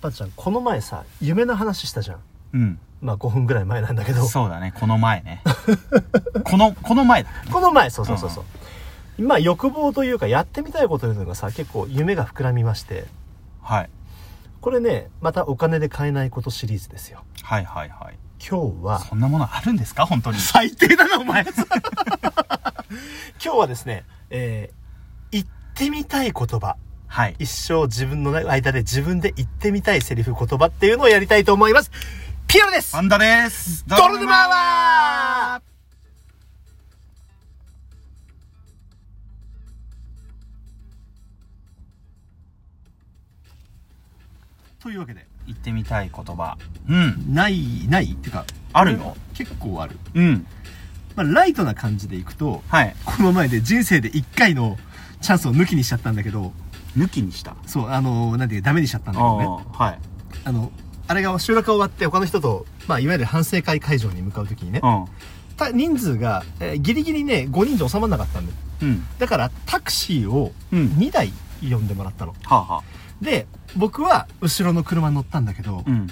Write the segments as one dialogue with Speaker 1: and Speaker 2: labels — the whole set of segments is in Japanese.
Speaker 1: ぱっちゃんこの前さ夢の話したじゃん
Speaker 2: うん。
Speaker 1: まあ5分ぐらい前なんだけど
Speaker 2: そうだね、この前 ね。この、この前だ。
Speaker 1: この前そうそうそうそう、まあ欲望というかやってみたいことというのがさ結構夢が膨らみまして
Speaker 2: はい。
Speaker 1: これねまたお金で買えないことシリーズですよ
Speaker 2: はいはいはい。
Speaker 1: 今日は
Speaker 2: そんなものあるんですか本当に。
Speaker 1: 最低だなお 前今日はですねえー言ってみたい言葉
Speaker 2: はい。
Speaker 1: 一生自分の間で自分で言ってみたいセリフ言葉っていうのをやりたいと思いますピアノです
Speaker 2: パンダです。
Speaker 1: ドルヌマーはというわけで
Speaker 2: 言ってみたい言葉。うん。
Speaker 1: ないないっていうか
Speaker 2: あるよ
Speaker 1: 結構ある、
Speaker 2: うん。
Speaker 1: まあ、ライトな感じでいくと
Speaker 2: はい。
Speaker 1: この前で人生で一回のチャンスを抜きにしちゃったんだけど
Speaker 2: 抜きにした。
Speaker 1: そうあのなんていうかダメにしちゃったんだけ
Speaker 2: あ
Speaker 1: ど
Speaker 2: あ、
Speaker 1: ね
Speaker 2: はい。
Speaker 1: あのあれが収録が終わって他の人と、まあ、いわゆる反省会会場に向かう時にね
Speaker 2: う
Speaker 1: た人数が、えーギリギリね5人じゃ収まらなかったんで
Speaker 2: ん。うん。
Speaker 1: だからタクシーを
Speaker 2: うん
Speaker 1: 2台呼んでもらったの、
Speaker 2: はあ、はあ、
Speaker 1: で僕は後ろの車に乗ったんだけど、
Speaker 2: うん。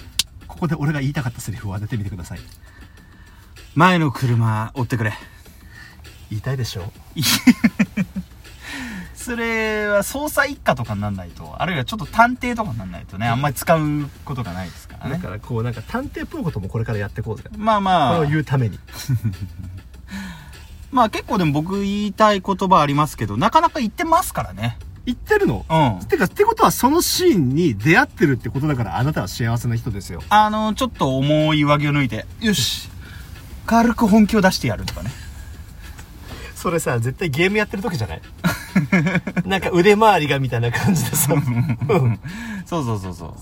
Speaker 1: ここで俺が言いたかったセリフを当ててみてください
Speaker 2: 前の車、追ってくれ。
Speaker 1: 言いたいでしょ
Speaker 2: それは捜査一課とかになんないと、あるいはちょっと探偵とかになんないとね、あんまり使うことがないですから
Speaker 1: だ
Speaker 2: ね
Speaker 1: か。らこうなんか探偵っぽいこともこれからやっていこうぜ
Speaker 2: まあ
Speaker 1: これ
Speaker 2: ま
Speaker 1: を
Speaker 2: あ、
Speaker 1: 言うために
Speaker 2: まあ結構でも僕言いたい言葉ありますけど、なかなか言ってますからね。
Speaker 1: 言ってるの
Speaker 2: うん。
Speaker 1: てかってことはそのシーンに出会ってるってことだからあなたは幸せな人ですよ
Speaker 2: あの、ちょっと重い上着を抜いて、よし、軽く本気を出してやるとかね。
Speaker 1: それさ絶対ゲームやってる時じゃない なんか腕回りがみたいな感じで さうん
Speaker 2: そうそうそうそう。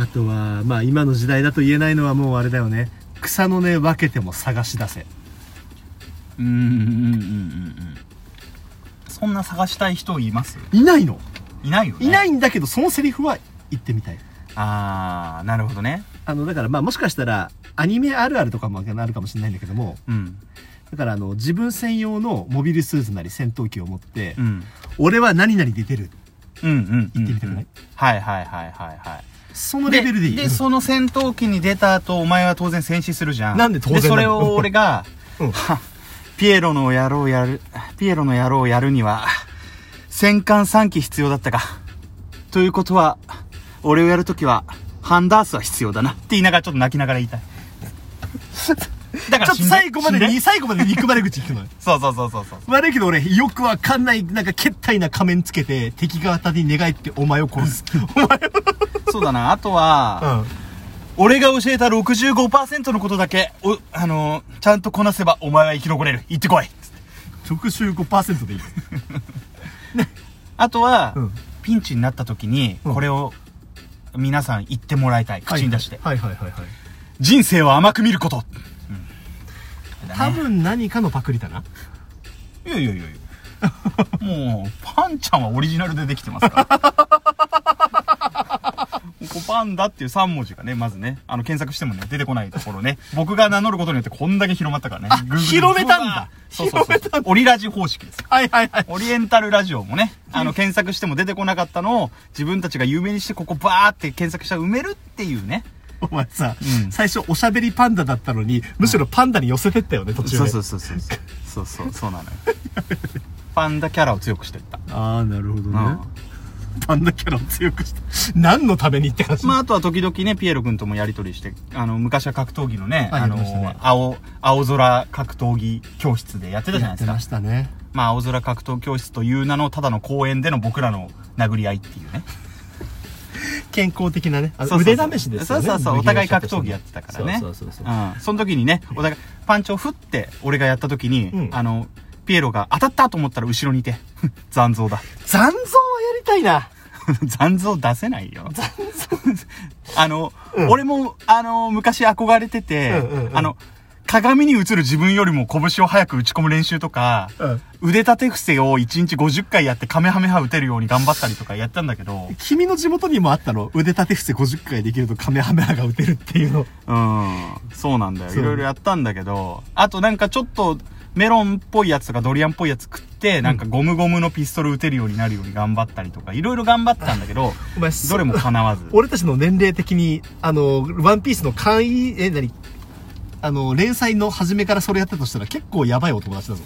Speaker 1: あとはまあ今の時代だと言えないのはもうあれだよね草の根分けても探し出せ
Speaker 2: うんうんうんうんうん。そんな探したい人います
Speaker 1: いないの
Speaker 2: いないよね。
Speaker 1: いないいんだけどそのセリフは言ってみたい
Speaker 2: あー、なるほどね。
Speaker 1: あのだからまあもしかしたらアニメあるあるとかもあるかもしれないんだけども
Speaker 2: うん。
Speaker 1: だからあの自分専用のモビルスーツなり戦闘機を持って、
Speaker 2: うん。
Speaker 1: 俺は何々で出る
Speaker 2: うんうんうん、う
Speaker 1: 言
Speaker 2: ん。
Speaker 1: ってみたくない
Speaker 2: はいはいはいはいはい。
Speaker 1: そのレベルでいい
Speaker 2: で
Speaker 1: うん
Speaker 2: その戦闘機に出た後、お前は当然戦死するじゃん。
Speaker 1: なんで当然なの
Speaker 2: それを俺が、
Speaker 1: うん
Speaker 2: はピエロの野郎をやる、ピエロの野郎をやるには、戦艦3機必要だったか。ということは、俺をやるときは、ハンダースは必要だな。って言いながらちょっと泣きながら言いたい。だか
Speaker 1: ち
Speaker 2: ら
Speaker 1: ょっと最後まで
Speaker 2: 死ん
Speaker 1: に、最後まで憎まれ口聞くのよ。
Speaker 2: そうそうそうそうそう。
Speaker 1: 悪いけど俺、よくわかんない、なんか、けったいな仮面つけて、敵が当たりに寝返ってお前を殺す。お前
Speaker 2: そうだな。あとは、
Speaker 1: は。
Speaker 2: 俺が教えた65%のことだけ、お、あのーちゃんとこなせばお前は生き残れる。行ってこい。
Speaker 1: うん。65%でいい。
Speaker 2: あとは、
Speaker 1: うん
Speaker 2: ピンチになった時に、
Speaker 1: うん
Speaker 2: これを皆さん言ってもらいたい。口に出して。
Speaker 1: はいはいはいはい。
Speaker 2: 人生を甘く見ること。
Speaker 1: 多分何かのパクリだな。
Speaker 2: いやいやいやいや。もう、パンちゃんはオリジナルでできてますから。ここパンダっていう3文字がね、まずね、あの、検索してもね、出てこないところね、僕が名乗ることによってこんだけ広まったからね。Google
Speaker 1: 広めたんだ
Speaker 2: そうそうそう
Speaker 1: 広め
Speaker 2: そう。オリラジ方式です。
Speaker 1: はいはいはい。
Speaker 2: オリエンタルラジオもね、あの、検索しても出てこなかったのを、自分たちが有名にして、ここバーって検索したら埋めるっていうね。
Speaker 1: お前さ、
Speaker 2: うん
Speaker 1: 最初おしゃべりパンダだったのに、むしろパンダに寄せてったよね、途中で。
Speaker 2: そうそうそうそう。そうそう、そうなのよ。パンダキャラを強くしてった。
Speaker 1: ああ、なるほど
Speaker 2: うん。
Speaker 1: ね。パンダキャラを強くして。何のためにって感じ。
Speaker 2: まあ、あとは時々ね、ピエロ君ともやりとりして、あの、昔は格闘技のね、
Speaker 1: はい
Speaker 2: あ
Speaker 1: や
Speaker 2: の、
Speaker 1: ってましたね
Speaker 2: 青、青空格闘技教室でやってたじゃ
Speaker 1: や
Speaker 2: な
Speaker 1: っ
Speaker 2: い
Speaker 1: て
Speaker 2: ですか。
Speaker 1: ま
Speaker 2: ま
Speaker 1: したね。
Speaker 2: あ、青空格闘教室という名の、ただの公園での僕らの殴り合いっていうね。
Speaker 1: 健康的なね。あの
Speaker 2: そうそうそう
Speaker 1: 腕試しですよね。
Speaker 2: そうそうそう、お
Speaker 1: 武芸
Speaker 2: 互い
Speaker 1: 者と
Speaker 2: 格
Speaker 1: してね
Speaker 2: 闘技やってたからね。
Speaker 1: そうそうそうそう。
Speaker 2: ん。その時にね、お互い、パンチを振って、俺がやった時に、
Speaker 1: うん
Speaker 2: あの、ピエロが当たったと思ったら後ろにいて、 ふん残像だ。
Speaker 1: 残像をやりたいな。
Speaker 2: 残像出せないよ。残像あの、
Speaker 1: うん
Speaker 2: 俺も、あの、昔憧れてて、
Speaker 1: うんうんうん
Speaker 2: あの、鏡に映る自分よりも拳を早く打ち込む練習とか、
Speaker 1: うん
Speaker 2: 腕立て伏せを1日50回やってカメハメハ打てるように頑張ったりとかやったんだけど、
Speaker 1: 君の地元にもあったの腕立て伏せ50回できるとカメハメハが打てるっていうの。
Speaker 2: うん、そうなんだよ。
Speaker 1: そう
Speaker 2: いろいろやったんだけど、あとなんかちょっと、メロンっぽいやつとかドリアンっぽいやつ食って、なんかゴムゴムのピストル撃てるようになるように頑張ったりとか、いろいろ頑張ったんだけど、
Speaker 1: お前
Speaker 2: どれも叶わず。
Speaker 1: 俺たちの年齢的に、あの、ワンピースの簡易、え、何あの、連載の初めからそれやってたとしたら結構やばいお友達だ ぞ。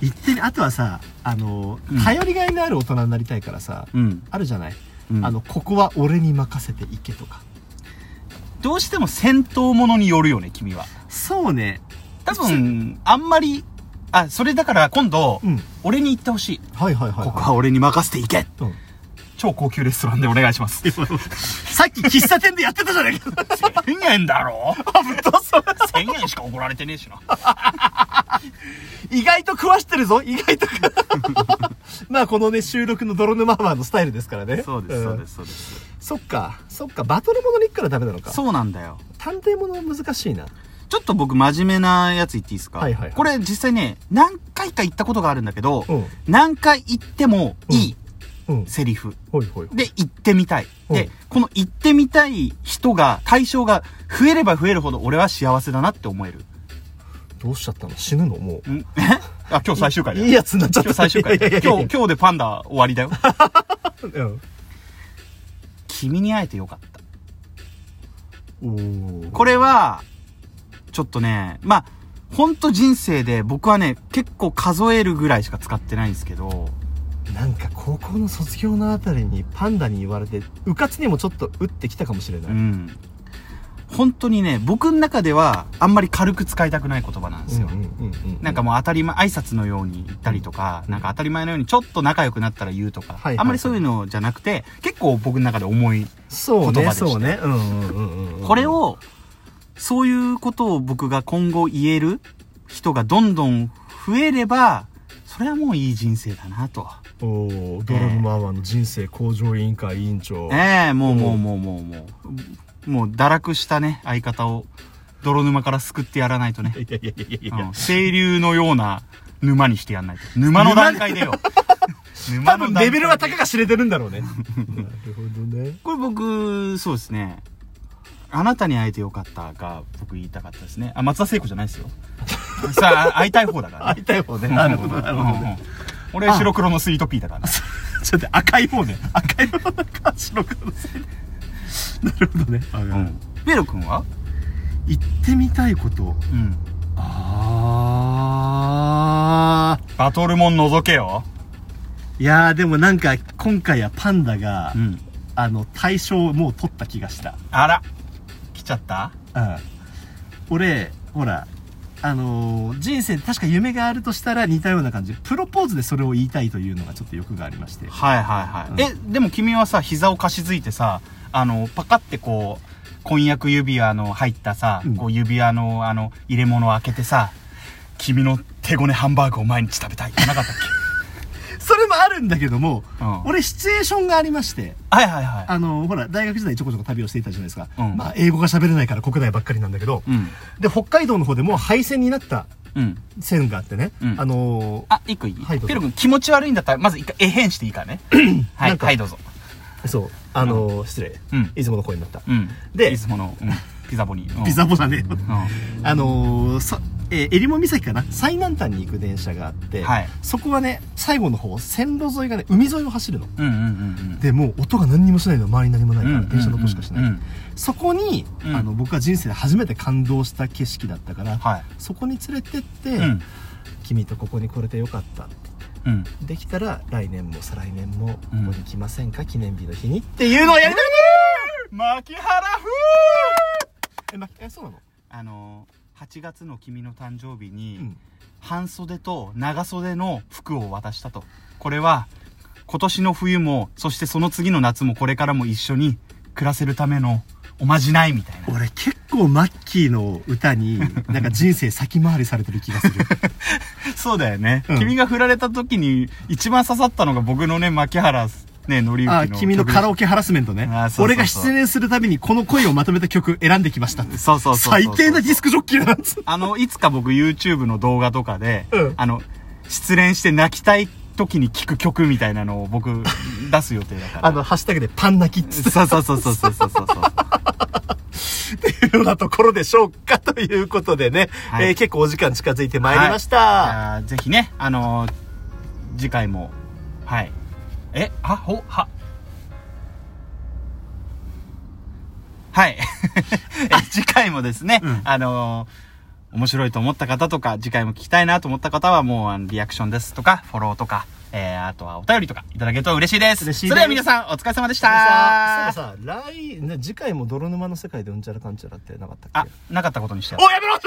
Speaker 1: 言ってみあとはさ、あの
Speaker 2: うん、
Speaker 1: 頼りがいのある大人になりたいからさ、
Speaker 2: うん。
Speaker 1: あるじゃない、
Speaker 2: うん
Speaker 1: あの、ここは俺に任せていけとか。
Speaker 2: どうしても戦闘ものによるよね、君は。
Speaker 1: そうね。
Speaker 2: 多分、あんまり、あ、それだから今度、
Speaker 1: うん。
Speaker 2: 俺に行ってほしい。
Speaker 1: はいはいはい、
Speaker 2: ここは俺に任せていけ
Speaker 1: うん
Speaker 2: 超高級レストランでお願いし ます。
Speaker 1: さっき喫茶店でやってたじゃないか。
Speaker 2: 1000円だろ
Speaker 1: あ、ぶっ倒そう
Speaker 2: 1000円しか怒られてねえしな。
Speaker 1: 意外と食わしてるぞ意外と まあこのね収録の泥沼アワーのスタイルですからね
Speaker 2: そうです、
Speaker 1: ん
Speaker 2: そうです、そうです。
Speaker 1: そっかそっかバトルものに行くからダメなのか
Speaker 2: そうなんだよ。
Speaker 1: 探偵ものは難しいな
Speaker 2: ちょっと僕真面目なやつ言っていいですか、
Speaker 1: はいはいはい
Speaker 2: これ実際ね、何回か言ったことがあるんだけど、
Speaker 1: うん
Speaker 2: 何回言ってもいい
Speaker 1: うん
Speaker 2: セリフ。
Speaker 1: ほいほい
Speaker 2: で、言ってみたい。
Speaker 1: う
Speaker 2: で
Speaker 1: ん、
Speaker 2: この言ってみたい人が、対象が増えれば増えるほど俺は幸せだなって思える。
Speaker 1: どうしちゃったの死ぬのもうん
Speaker 2: あ、今日最終回だ
Speaker 1: いい
Speaker 2: よ。
Speaker 1: やつになっちゃっ
Speaker 2: 今
Speaker 1: た
Speaker 2: 日最終回だよ。今日、今日でパンダ終わりだよ。
Speaker 1: 日今
Speaker 2: 君に会えてよかった。
Speaker 1: 日、うん、おー
Speaker 2: これは、ちょっとね、まあ、ほんと人生で僕はね、結構数えるぐらいしか使ってないんですけど、
Speaker 1: なんか高校の卒業のあたりにパンダに言われてうかつにもちょっと打ってきたかもしれない、
Speaker 2: うん。本当にね、僕の中ではあんまり軽く使いたくない言葉なんですよ。なんかもう当たり前、挨拶のように言ったりとか、
Speaker 1: うん
Speaker 2: なんか当たり前のようにちょっと仲良くなったら言うとか、
Speaker 1: はいはいはい
Speaker 2: あんまりそういうのじゃなくて、結構僕の中で重い。
Speaker 1: そう
Speaker 2: 言葉
Speaker 1: ね
Speaker 2: でした
Speaker 1: そうねうんうんうん、うん、
Speaker 2: これを、そういうことを僕が今後言える人がどんどん増えれば、それはもういい人生だなと。
Speaker 1: おードラムマーマーの人生向上委員会委員長、
Speaker 2: ええもう
Speaker 1: うん
Speaker 2: もうもうもうもう、もう堕落したね、相方を泥沼から救ってやらないとね。
Speaker 1: いやいやいやいやいや、
Speaker 2: うん清流のような沼にしてやんないと。沼の段階でよ。
Speaker 1: 多
Speaker 2: 沼の
Speaker 1: 分
Speaker 2: 段階
Speaker 1: レベルは高が知れてるんだろうね なるほどね
Speaker 2: これ僕、そうですね。あなたに会えてよかったが、僕言いたかったですね。あ、松田聖子じゃないです よ。さあ、会いたい方だから
Speaker 1: 会いたい方ね
Speaker 2: ね。
Speaker 1: なるほどなるほど
Speaker 2: うんう
Speaker 1: ね
Speaker 2: ん俺、白黒のスイートピーだからね。
Speaker 1: ちょっと赤い方ね赤い方なんか白くのせいなるほどね、
Speaker 2: うん。ベロ君は
Speaker 1: 行ってみたいこと
Speaker 2: うん。
Speaker 1: ああ
Speaker 2: バトルモン覗けよ。
Speaker 1: いやーでもなんか今回はパンダが、
Speaker 2: うん。
Speaker 1: あの対象をもう取った気がした
Speaker 2: あら。来ちゃった
Speaker 1: うん俺ほらあのー人生で確か夢があるとしたら似たような感じプロポーズでそれを言いたいというのがちょっと欲がありまして
Speaker 2: はいはいはい、えでも君はさ膝をかしづいてさあのパカってこう婚約指輪の入ったさ、
Speaker 1: うん
Speaker 2: こう指輪のあの入れ物を開けてさ君の手ごねハンバーグを毎日食べたいな かったっけ
Speaker 1: それもあるんだけども、
Speaker 2: うん
Speaker 1: 俺シチュエーションがありまして
Speaker 2: はいはいは
Speaker 1: あのーほら大学時代ちょこちょこ旅をしていたじゃないですか、
Speaker 2: うん
Speaker 1: まあ英語が喋れないから国内ばっかりなんだけど、
Speaker 2: いうん
Speaker 1: で北海道の方でもう廃線になった
Speaker 2: うん
Speaker 1: 線があってね、
Speaker 2: うん
Speaker 1: あのー
Speaker 2: あ一個いい、
Speaker 1: はいどうぞ
Speaker 2: ペロ君気持ち悪いんだったらまず一回えへんしていいからねは
Speaker 1: ないんか
Speaker 2: はいどうぞ
Speaker 1: そうあのー失礼、
Speaker 2: うん
Speaker 1: 出雲の声になった、
Speaker 2: うん
Speaker 1: で
Speaker 2: いつもの、うん、ピザボニー、うん
Speaker 1: ピザボだね、
Speaker 2: うんは
Speaker 1: あのーさえー、襟裳岬かな最南端に行く電車があって、
Speaker 2: はい
Speaker 1: そこはね最後の方線路沿いがね海沿いを走るの
Speaker 2: うんうんうん
Speaker 1: でもう音が何にもしないの周りに何もない
Speaker 2: うん
Speaker 1: か
Speaker 2: う
Speaker 1: ら、
Speaker 2: ん
Speaker 1: 電車の音しかしない、
Speaker 2: うんうん
Speaker 1: そこに、
Speaker 2: うん
Speaker 1: あの僕は人生で初めて感動した景色だったから、
Speaker 2: はい
Speaker 1: そこに連れてって、
Speaker 2: うん
Speaker 1: 君とここに来れてよかったって
Speaker 2: うん
Speaker 1: できたら来年も再来年もここ
Speaker 2: うん
Speaker 1: に来ませんか、記念日の日にっていうのをやりたい
Speaker 2: 牧原風
Speaker 1: えまえそうなの、
Speaker 2: あの8月の君の誕生日に、
Speaker 1: うん
Speaker 2: 半袖と長袖の服を渡したとこれは今年の冬もそしてその次の夏もこれからも一緒に暮らせるためのおまじないみたいな
Speaker 1: 俺結構マッキーの歌 になんか人生先回りされてる気がする
Speaker 2: そうだよね、
Speaker 1: うん
Speaker 2: 君が振られた時に一番刺さったのが僕のね牧原ねのりゆきの
Speaker 1: あ 君の
Speaker 2: 曲
Speaker 1: カラオケハラスメントね
Speaker 2: あそうそうそう
Speaker 1: 俺が出演するたびにこの恋をまとめた曲選んできましたって
Speaker 2: そうそうそうそう
Speaker 1: 最低なディスクジョッキーだなつ
Speaker 2: あのいつか僕 YouTube の動画とかで、
Speaker 1: うん
Speaker 2: あの失恋して泣きたい時に聴く曲みたいなのを僕出す予定だから
Speaker 1: あのハッシュタグでパン泣きっつっ
Speaker 2: そうそうそうそうそうそうそう。
Speaker 1: てっていうようなところでしょうかということでね、
Speaker 2: はい
Speaker 1: えー結構お時間近づいてまいりました。
Speaker 2: あーぜひね、あのー次回も、はい。え、は、ほ、は。はい。え次回もですね、
Speaker 1: うん
Speaker 2: あのー面白いと思った方とか、次回も聞きたいなと思った方は、もう、あのリアクションですとか、フォローとか、えーあとはお便りとかいただけると嬉しいです。
Speaker 1: 嬉しいです
Speaker 2: それでは皆さん、お疲れ様でした。
Speaker 1: さあさあ来次回も泥沼の世界でうんちゃらかんちゃらってなかったっけ
Speaker 2: あ、なかったことにしてやる
Speaker 1: おやめろ